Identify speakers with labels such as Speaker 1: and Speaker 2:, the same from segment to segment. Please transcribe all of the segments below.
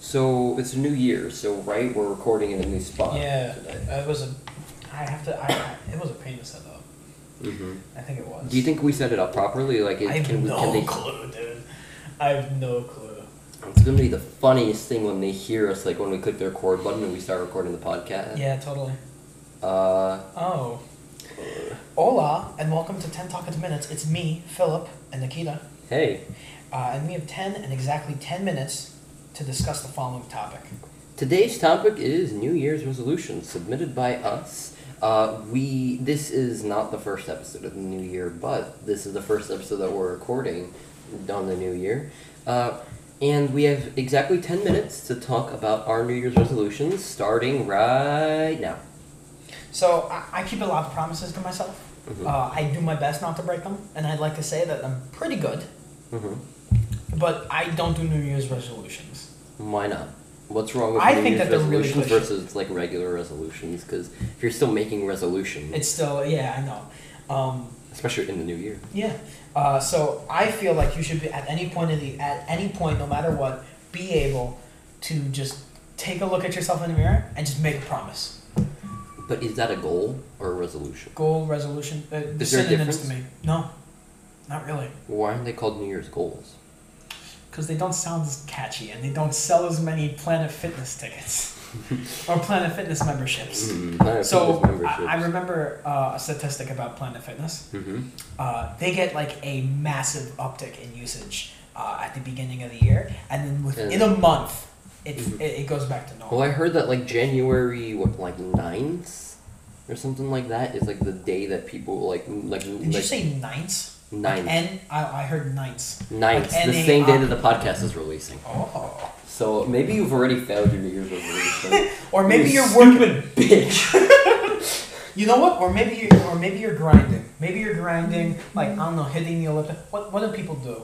Speaker 1: So it's a new year, so right, we're recording in a new spot.
Speaker 2: Yeah,
Speaker 1: Today.
Speaker 2: it was a. I have to. I, it was a pain to set up.
Speaker 1: hmm
Speaker 2: I think it was.
Speaker 1: Do you think we set it up properly? Like, it,
Speaker 2: I have
Speaker 1: can we?
Speaker 2: no
Speaker 1: Can they?
Speaker 2: clue, dude. I have no clue.
Speaker 1: It's gonna be the funniest thing when they hear us. Like when we click the record button and we start recording the podcast.
Speaker 2: Yeah, totally.
Speaker 1: Uh,
Speaker 2: Oh. Hola, and welcome to 10 Talkative Minutes. It's me, Philip, and Nikita.
Speaker 1: hey,
Speaker 2: Uh, and we have 10 and exactly 10 minutes to discuss the following topic.
Speaker 1: Today's topic is New Year's resolutions submitted by us. Uh, we this is not the first episode of the new year, but this is the first episode that we're recording on the new year, uh, and we have exactly ten minutes to talk about our New Year's resolutions starting right now.
Speaker 2: So, I, I keep a lot of promises to myself.
Speaker 1: Mhm.
Speaker 2: Uh, I do my best not to break them, and I'd like to say that I'm pretty good,
Speaker 1: Mhm.
Speaker 2: but I don't do New Year's resolutions.
Speaker 1: Why not? What's wrong with
Speaker 2: I
Speaker 1: New
Speaker 2: think
Speaker 1: Year's
Speaker 2: that they're really
Speaker 1: resolutions
Speaker 2: pushy.
Speaker 1: versus like regular resolutions? Because if you're still making resolutions,
Speaker 2: It's still, yeah, I know. Um,
Speaker 1: especially in the new year,
Speaker 2: Yeah. Uh, so I feel like you should be at any point of the at any point, no matter what, be able to just take a look at yourself in the mirror and just make a promise.
Speaker 1: but is that a goal or a resolution?
Speaker 2: Goal resolution. Uh, the
Speaker 1: Is there a
Speaker 2: synonyms to me. No, not really,
Speaker 1: Why aren't they called New Year's goals?
Speaker 2: because they don't sound as catchy and they don't sell as many Planet Fitness tickets or Planet Fitness memberships. So I, I remember uh, a statistic about Planet Fitness.
Speaker 1: hmm
Speaker 2: uh, they get like a massive uptick in usage uh, at the beginning of the year, and then within
Speaker 1: Yeah.
Speaker 2: a month, it,
Speaker 1: Mhm.
Speaker 2: it, it goes back to normal.
Speaker 1: Well, I heard that like January what like 9th or something like that is like the day that people like m- like
Speaker 2: Did you
Speaker 1: like Mm.
Speaker 2: say ninths?
Speaker 1: ninth
Speaker 2: And I, I heard ninths.
Speaker 1: ninth
Speaker 2: like
Speaker 1: the
Speaker 2: NA
Speaker 1: same day that the podcast is releasing.
Speaker 2: Oh.
Speaker 1: So maybe you've already failed your New Year's resolution.
Speaker 2: Or maybe
Speaker 1: You
Speaker 2: you're working.
Speaker 1: bitch.
Speaker 2: You know what? Or maybe you or maybe you're grinding. Maybe you're grinding. Like I don't know, hitting the elliptic. What what do people do?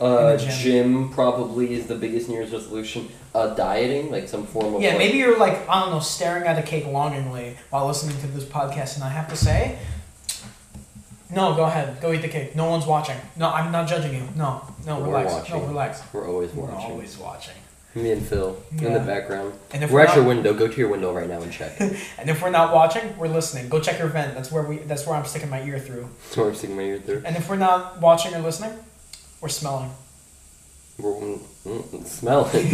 Speaker 1: Uh,
Speaker 2: In the gym.
Speaker 1: gym probably is the biggest New Year's resolution. Uh, dieting like some form of
Speaker 2: Yeah,
Speaker 1: like,
Speaker 2: maybe you're like I don't know, staring at a cake longingly while listening to this podcast, and I have to say, no, go ahead, go eat the cake. No one's watching. No, I'm not judging you. No, no,
Speaker 1: We're
Speaker 2: relax.
Speaker 1: watching.
Speaker 2: No, relax.
Speaker 1: We're always
Speaker 2: We're
Speaker 1: watching.
Speaker 2: always watching.
Speaker 1: Me and Phil in the
Speaker 2: Yeah.
Speaker 1: background.
Speaker 2: And if
Speaker 1: we're
Speaker 2: we're
Speaker 1: at your
Speaker 2: not-
Speaker 1: window. Go to your window right now and check.
Speaker 2: And if we're not watching, we're listening. Go check your vent. That's where we. That's where I'm sticking my ear through.
Speaker 1: so I'm sticking my ear through.
Speaker 2: And if we're not watching or listening, we're smelling.
Speaker 1: We're, mm, mm, smell it.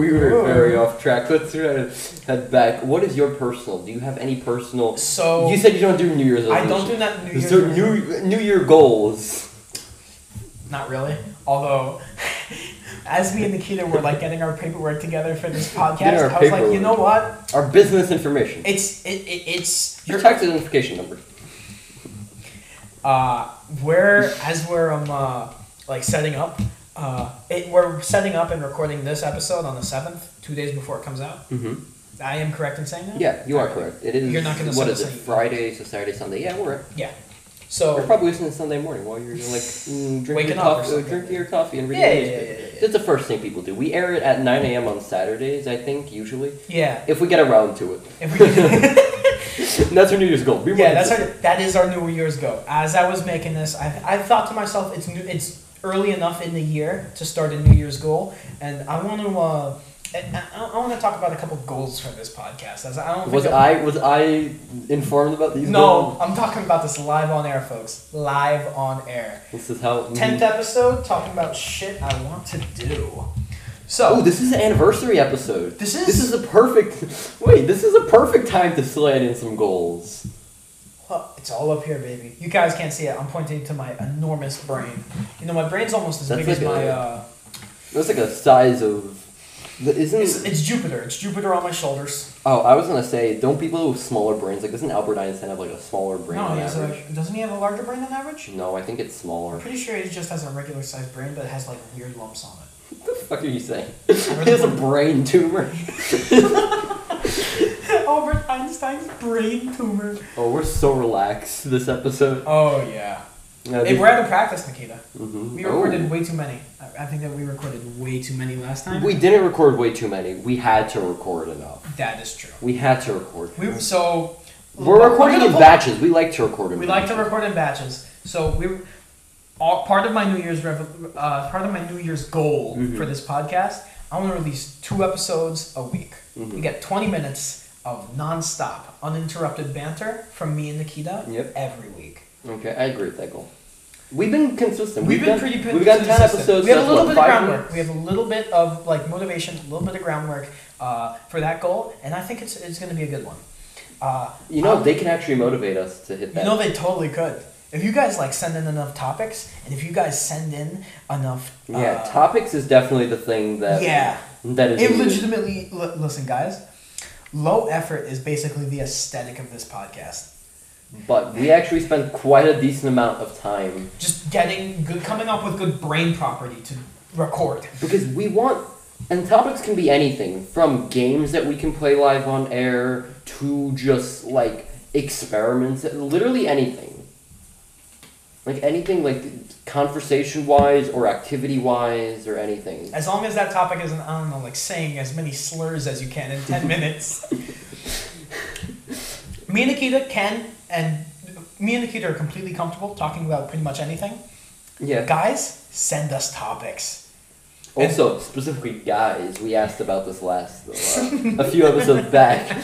Speaker 1: we were very off track. Let's uh, head back. What is your personal? Do you have any personal?
Speaker 2: So
Speaker 1: you said you don't do New Year's.
Speaker 2: I don't do
Speaker 1: resolutions.
Speaker 2: that New
Speaker 1: Is
Speaker 2: Year's.
Speaker 1: there new New Year goals?
Speaker 2: Not really. Although, as me and Nikita were like getting our paperwork together for this podcast,
Speaker 1: our
Speaker 2: I was like, you
Speaker 1: paperwork.
Speaker 2: know what?
Speaker 1: Our business information.
Speaker 2: It's it, it it's
Speaker 1: your tax identification number.
Speaker 2: uh we're as we're um uh, like setting up uh it, we're setting up and recording this episode on the seventh, two days before it comes out.
Speaker 1: Mm-hmm.
Speaker 2: I am correct in saying that.
Speaker 1: Yeah, you are correct. It is.
Speaker 2: You're not gonna
Speaker 1: What
Speaker 2: send
Speaker 1: is it?
Speaker 2: us any-
Speaker 1: Friday, so Saturday, Sunday. Yeah, we're.
Speaker 2: Yeah.
Speaker 1: You're
Speaker 2: So
Speaker 1: probably listening Sunday morning while you're like mm, drinking
Speaker 2: Waking
Speaker 1: your
Speaker 2: Oh. up or
Speaker 1: coffee,
Speaker 2: something.
Speaker 1: drinking your coffee and reading.
Speaker 2: Yeah,
Speaker 1: the
Speaker 2: yeah, yeah,
Speaker 1: newspaper.
Speaker 2: yeah, yeah.
Speaker 1: That's the first thing people do. We air it at 9 a.m. on Saturdays, I think, usually.
Speaker 2: yeah,
Speaker 1: If we get around to it,
Speaker 2: if we
Speaker 1: that's our New Year's goal. Be more
Speaker 2: yeah, that's our
Speaker 1: consistent.
Speaker 2: that is our New Year's go. As I was making this, I, I thought to myself, it's new, it's early enough in the year to start a New Year's goal, and I want to uh, I, I, I want to talk about a couple goals for this podcast. As I don't think
Speaker 1: Was
Speaker 2: I'm-
Speaker 1: I was I informed about these?
Speaker 2: No,
Speaker 1: goals?
Speaker 2: I'm talking about this live on air, folks. Live on air.
Speaker 1: This is how.
Speaker 2: Tenth episode, talking about shit I want to do.
Speaker 1: Oh,
Speaker 2: So
Speaker 1: this is an anniversary episode.
Speaker 2: this is,
Speaker 1: This is a perfect. Wait, this is a perfect time to slide in some goals.
Speaker 2: Huh, it's all up here, baby. You guys can't see it. I'm pointing to my enormous brain. You know, my brain's almost as
Speaker 1: That's
Speaker 2: big
Speaker 1: like
Speaker 2: as my.
Speaker 1: a-
Speaker 2: Uh,
Speaker 1: That's like a size of. Isn't
Speaker 2: it's, it's Jupiter. It's Jupiter on my shoulders.
Speaker 1: Oh, I was gonna say, don't people with smaller brains like doesn't Albert Einstein have like a smaller brain
Speaker 2: no,
Speaker 1: on
Speaker 2: he has
Speaker 1: average?
Speaker 2: a, doesn't he have a larger brain than average?
Speaker 1: No, I think it's smaller.
Speaker 2: I'm pretty sure he just has a regular sized brain, but it has like weird lumps on it.
Speaker 1: What the fuck are you saying?
Speaker 2: really
Speaker 1: he has a brain tumor.
Speaker 2: Albert Einstein's brain tumor.
Speaker 1: Oh, we're so relaxed this episode.
Speaker 2: Oh yeah.
Speaker 1: No,
Speaker 2: Hey, we're out of practice, Nikita.
Speaker 1: Mhm.
Speaker 2: We
Speaker 1: Oh.
Speaker 2: recorded way too many. I, I think that we recorded way too many last time.
Speaker 1: We didn't record way too many. We had to record enough.
Speaker 2: that is true.
Speaker 1: We had to record.
Speaker 2: We so
Speaker 1: We're recording
Speaker 2: gonna
Speaker 1: in
Speaker 2: pull-
Speaker 1: batches. We like to record in
Speaker 2: We like to
Speaker 1: batches.
Speaker 2: record in batches. So we all, part of my New Year's rev- uh, part of my New Year's goal
Speaker 1: Mhm.
Speaker 2: for this podcast. I want to release two episodes a week.
Speaker 1: Mm-hmm.
Speaker 2: You get 20 minutes of nonstop, uninterrupted banter from me and Nikita
Speaker 1: Yep.
Speaker 2: every week.
Speaker 1: Okay, I agree with that goal. We've been consistent.
Speaker 2: We've, been
Speaker 1: done-
Speaker 2: pretty
Speaker 1: We've got ten
Speaker 2: consistent.
Speaker 1: episodes.
Speaker 2: We have
Speaker 1: that's
Speaker 2: a little
Speaker 1: what,
Speaker 2: bit of
Speaker 1: five
Speaker 2: groundwork.
Speaker 1: weeks?
Speaker 2: We have a little bit of like motivation, a little bit of groundwork uh, for that goal, and I think it's it's going to be a good one. Uh,
Speaker 1: You know,
Speaker 2: um,
Speaker 1: they can actually motivate us to hit
Speaker 2: You
Speaker 1: that.
Speaker 2: know they totally could. If you guys like send in enough topics, and if you guys send in enough, uh,
Speaker 1: yeah, topics is definitely the thing that
Speaker 2: yeah,
Speaker 1: that is
Speaker 2: it
Speaker 1: needed.
Speaker 2: legitimately. L- listen, guys, low effort is basically the aesthetic of this podcast.
Speaker 1: But we actually spend quite a decent amount of time
Speaker 2: Just getting good, coming up with good brain property to record.
Speaker 1: because we want, and topics can be anything from games that we can play live on air to just like experiments, literally anything. Like anything, like conversation wise or activity wise or anything.
Speaker 2: As long as that topic isn't, I don't know, like saying as many slurs as you can in 10 minutes. me and Nikita can, and me and Nikita are completely comfortable talking about pretty much anything.
Speaker 1: Yeah.
Speaker 2: Guys, send us topics.
Speaker 1: Also, specifically guys, we asked about this last uh, a few episodes back.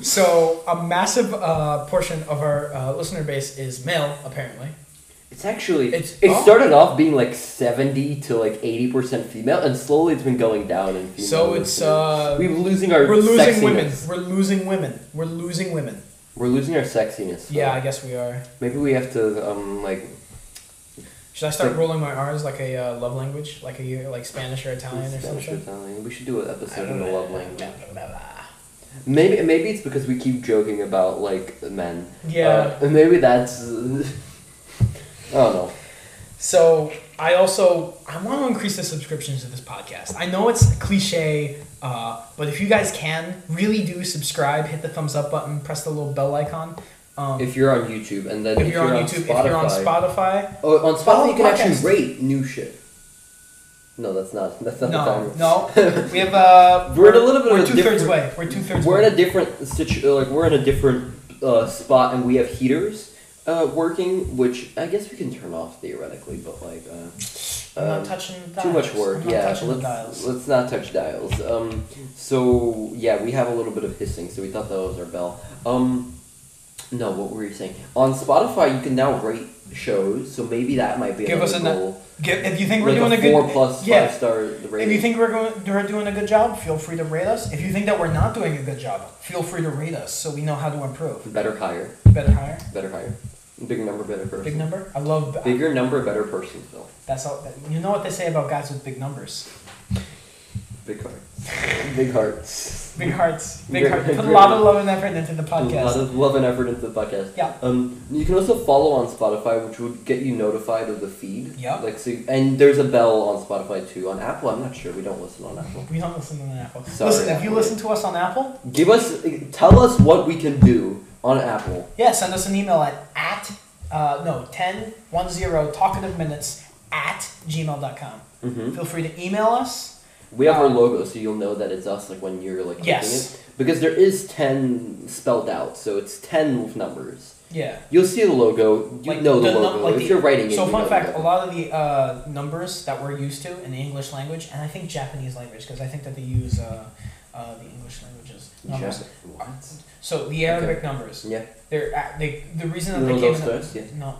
Speaker 2: So, a massive uh, portion of our uh, listener base is male, apparently.
Speaker 1: It's actually
Speaker 2: It's-
Speaker 1: it
Speaker 2: oh.
Speaker 1: started off being like seventy to like eighty percent female, and slowly it's been going down in female.
Speaker 2: So, it's. Uh,
Speaker 1: we were losing our
Speaker 2: we're losing
Speaker 1: sexiness.
Speaker 2: women. We're losing women. We're losing women.
Speaker 1: We're losing our sexiness. though.
Speaker 2: Yeah, I guess we are.
Speaker 1: Maybe we have to um like
Speaker 2: Should I start
Speaker 1: Like-
Speaker 2: rolling my R's like a uh, love language, like a like Spanish or Italian or
Speaker 1: Spanish or
Speaker 2: something?
Speaker 1: something. We should do an episode on the love language.
Speaker 2: Yeah.
Speaker 1: Maybe maybe it's because we keep joking about like men. Uh, and maybe that's. I don't know.
Speaker 2: so I also I want to increase the subscriptions to this podcast. I know it's cliche, uh, but if you guys can, really do subscribe, hit the thumbs up button, press the little bell icon. Um, if,
Speaker 1: If you're on YouTube and then if,
Speaker 2: you're, on YouTube,
Speaker 1: Spotify,
Speaker 2: if you're on Spotify,
Speaker 1: oh, on
Speaker 2: Follow
Speaker 1: Spotify you can
Speaker 2: podcasts.
Speaker 1: actually rate new shit. No, that's not that's not the
Speaker 2: no,
Speaker 1: time.
Speaker 2: no, we have uh,
Speaker 1: We're in a little bit
Speaker 2: we're
Speaker 1: of a
Speaker 2: two thirds
Speaker 1: different-
Speaker 2: way. We're two thirds.
Speaker 1: We're
Speaker 2: way.
Speaker 1: in a different situ- like we're in a different uh, spot, and we have heaters uh, working, which I guess we can turn off theoretically, but like uh,
Speaker 2: I'm not
Speaker 1: um,
Speaker 2: touching the dials.
Speaker 1: too much work.
Speaker 2: I'm not
Speaker 1: yeah,
Speaker 2: touching the
Speaker 1: let's
Speaker 2: dials.
Speaker 1: let's not touch dials. Um, so yeah, we have a little bit of hissing, so we thought that was our bell. Um, no, what were you saying? On Spotify, you can now rate shows, so maybe that might be
Speaker 2: Give us
Speaker 1: another
Speaker 2: a-
Speaker 1: goal.
Speaker 2: Get, if you think
Speaker 1: like
Speaker 2: we're doing
Speaker 1: a
Speaker 2: a good
Speaker 1: four plus
Speaker 2: yeah,
Speaker 1: five star the rating.
Speaker 2: If you think we're, going, we're doing a good job, feel free to rate us. If you think that we're not doing a good job, feel free to rate us so we know how to improve.
Speaker 1: better higher,
Speaker 2: Better higher,
Speaker 1: better higher, big number, better person,
Speaker 2: big number. I love
Speaker 1: bigger number, better person, Phil.
Speaker 2: That's all. You know what they say about guys with big numbers,
Speaker 1: Big hearts. Big hearts.
Speaker 2: big hearts, big
Speaker 1: Great-
Speaker 2: hearts. Put a
Speaker 1: great.
Speaker 2: lot of love and effort into the
Speaker 1: A lot
Speaker 2: podcast.
Speaker 1: of love and effort into the podcast.
Speaker 2: Yeah.
Speaker 1: Um, you can also follow on Spotify, which would get you notified of the feed.
Speaker 2: Yeah.
Speaker 1: Like so, and there's a bell on Spotify too. On Apple, I'm not sure. We don't listen on Apple.
Speaker 2: We don't listen to Apple.
Speaker 1: Sorry,
Speaker 2: listen, if you
Speaker 1: Apple.
Speaker 2: listen to us on Apple,
Speaker 1: Give us, tell us what we can do on Apple.
Speaker 2: yeah, send us an email at at uh, no ten one zero talkative minutes at gmail.com.
Speaker 1: Mm-hmm.
Speaker 2: Feel free to email us.
Speaker 1: We have our
Speaker 2: Uh,
Speaker 1: logo, so you'll know that it's us. Like when you're like clicking
Speaker 2: Yes.
Speaker 1: it, because there is ten spelled out, so it's ten with numbers.
Speaker 2: Yeah.
Speaker 1: You'll see the logo. You
Speaker 2: Like,
Speaker 1: know the,
Speaker 2: the num-
Speaker 1: logo.
Speaker 2: like
Speaker 1: if
Speaker 2: the-
Speaker 1: you're writing it,
Speaker 2: So
Speaker 1: you
Speaker 2: fun
Speaker 1: know
Speaker 2: fact:
Speaker 1: the
Speaker 2: a
Speaker 1: logo.
Speaker 2: lot of the uh, numbers that we're used to in the English language, and I think Japanese language, because I think that they use uh, uh, the English languages. Numbers. Uh,
Speaker 1: What?
Speaker 2: So the Arabic numbers.
Speaker 1: Yeah.
Speaker 2: They're a- they, the reason that
Speaker 1: You
Speaker 2: they
Speaker 1: know
Speaker 2: came
Speaker 1: those
Speaker 2: into
Speaker 1: guys? Yeah.
Speaker 2: no,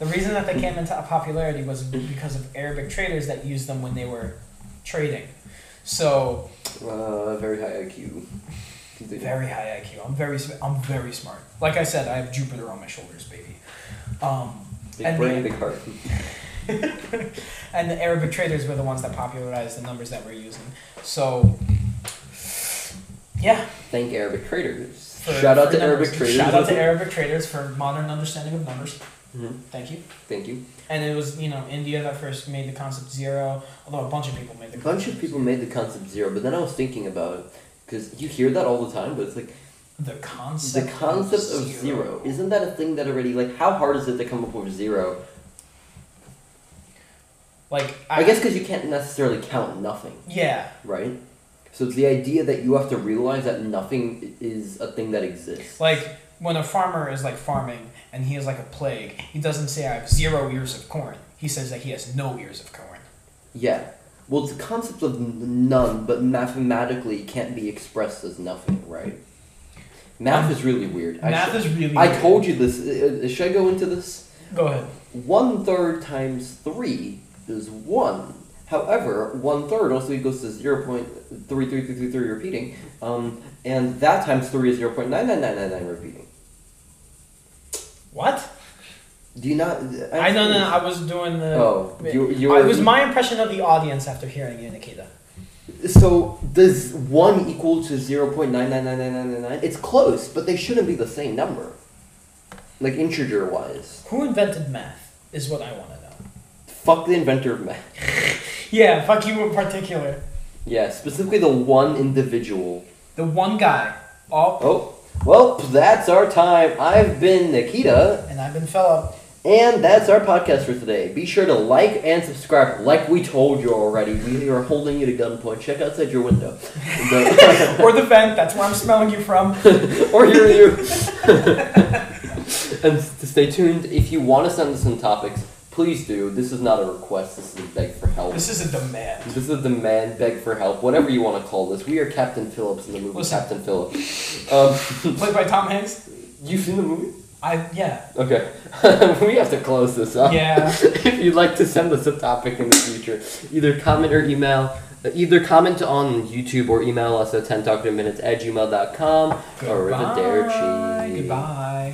Speaker 2: the reason that they came into popularity was because of Arabic traders that used them when they were trading. So
Speaker 1: Uh, very high IQ. Continue.
Speaker 2: very high IQ. I'm very sm- I'm very smart. Like I said, I have Jupiter on my shoulders, baby. Um,
Speaker 1: Big
Speaker 2: and-
Speaker 1: brain, big heart.
Speaker 2: and the Arabic traders were the ones that popularized the numbers that we're using. So, yeah.
Speaker 1: Thank Arabic traders.
Speaker 2: for-
Speaker 1: shout out to
Speaker 2: for numbers.
Speaker 1: Arabic traders.
Speaker 2: Shout out to
Speaker 1: also.
Speaker 2: Arabic traders for modern understanding of numbers.
Speaker 1: Mhm.
Speaker 2: Thank you.
Speaker 1: Thank you.
Speaker 2: And it was you know India that first made the concept zero, although a bunch of people made the
Speaker 1: A bunch of people made the concept zero, but then I was thinking about it because you hear that all the time, but it's like
Speaker 2: the concept
Speaker 1: the concept of 0 Isn't that a thing that already like how hard is it to come up with zero?
Speaker 2: like
Speaker 1: I, guess because you can't necessarily count nothing,
Speaker 2: yeah
Speaker 1: right? So it's the idea that you have to realize that nothing i- is a thing that exists.
Speaker 2: like when a farmer is like farming and he has like a plague, he doesn't say I have zero ears of corn. He says that he has no ears of corn.
Speaker 1: Yeah. Well, the concept of n- none, but mathematically can't be expressed as nothing, right? Math is really weird. I
Speaker 2: Math
Speaker 1: should-
Speaker 2: is really.
Speaker 1: I
Speaker 2: weird.
Speaker 1: told you this. Uh, uh, Should I go into this?
Speaker 2: Go ahead.
Speaker 1: One third times three is one. However, one third also equals to zero point three three three three three repeating, um, and that times three is zero point nine nine nine nine nine repeating.
Speaker 2: What?
Speaker 1: Do you not? uh,
Speaker 2: I no no. I was doing the.
Speaker 1: Oh, you you
Speaker 2: I-
Speaker 1: were,
Speaker 2: it was my impression of the audience after hearing you, Nikita.
Speaker 1: So does one equal to zero point nine nine nine nine nine nine nine? It's close, but they shouldn't be the same number, like integer wise.
Speaker 2: Who invented math? Is what I want to know.
Speaker 1: Fuck the inventor of math.
Speaker 2: Yeah, fuck you in particular.
Speaker 1: Yeah, specifically the one individual.
Speaker 2: The one guy. All
Speaker 1: Oh, well, that's our time. I've been Nikita,
Speaker 2: and I've been Philip.
Speaker 1: and that's our podcast for today. Be sure to like and subscribe, like we told you already. We are holding you to gunpoint. Check outside your window, The-
Speaker 2: or the vent. That's where I'm smelling you from.
Speaker 1: or your you. and s- to stay tuned. If you want to send us some topics, please do. This is not a request. This is a beg for help.
Speaker 2: This is a demand.
Speaker 1: This is a demand, beg for help, whatever you want to call this. We are Captain Phillips in the movie
Speaker 2: Listen.
Speaker 1: Captain Phillips. Um,
Speaker 2: Played by Tom Hanks.
Speaker 1: you've seen the movie?
Speaker 2: I yeah
Speaker 1: Okay. we have to close this up.
Speaker 2: yeah.
Speaker 1: if you'd like to send us a topic in the future, either comment or email, uh, either comment on YouTube or email us at 10 minutes at gmail.com or with a dare cheese.
Speaker 2: Goodbye.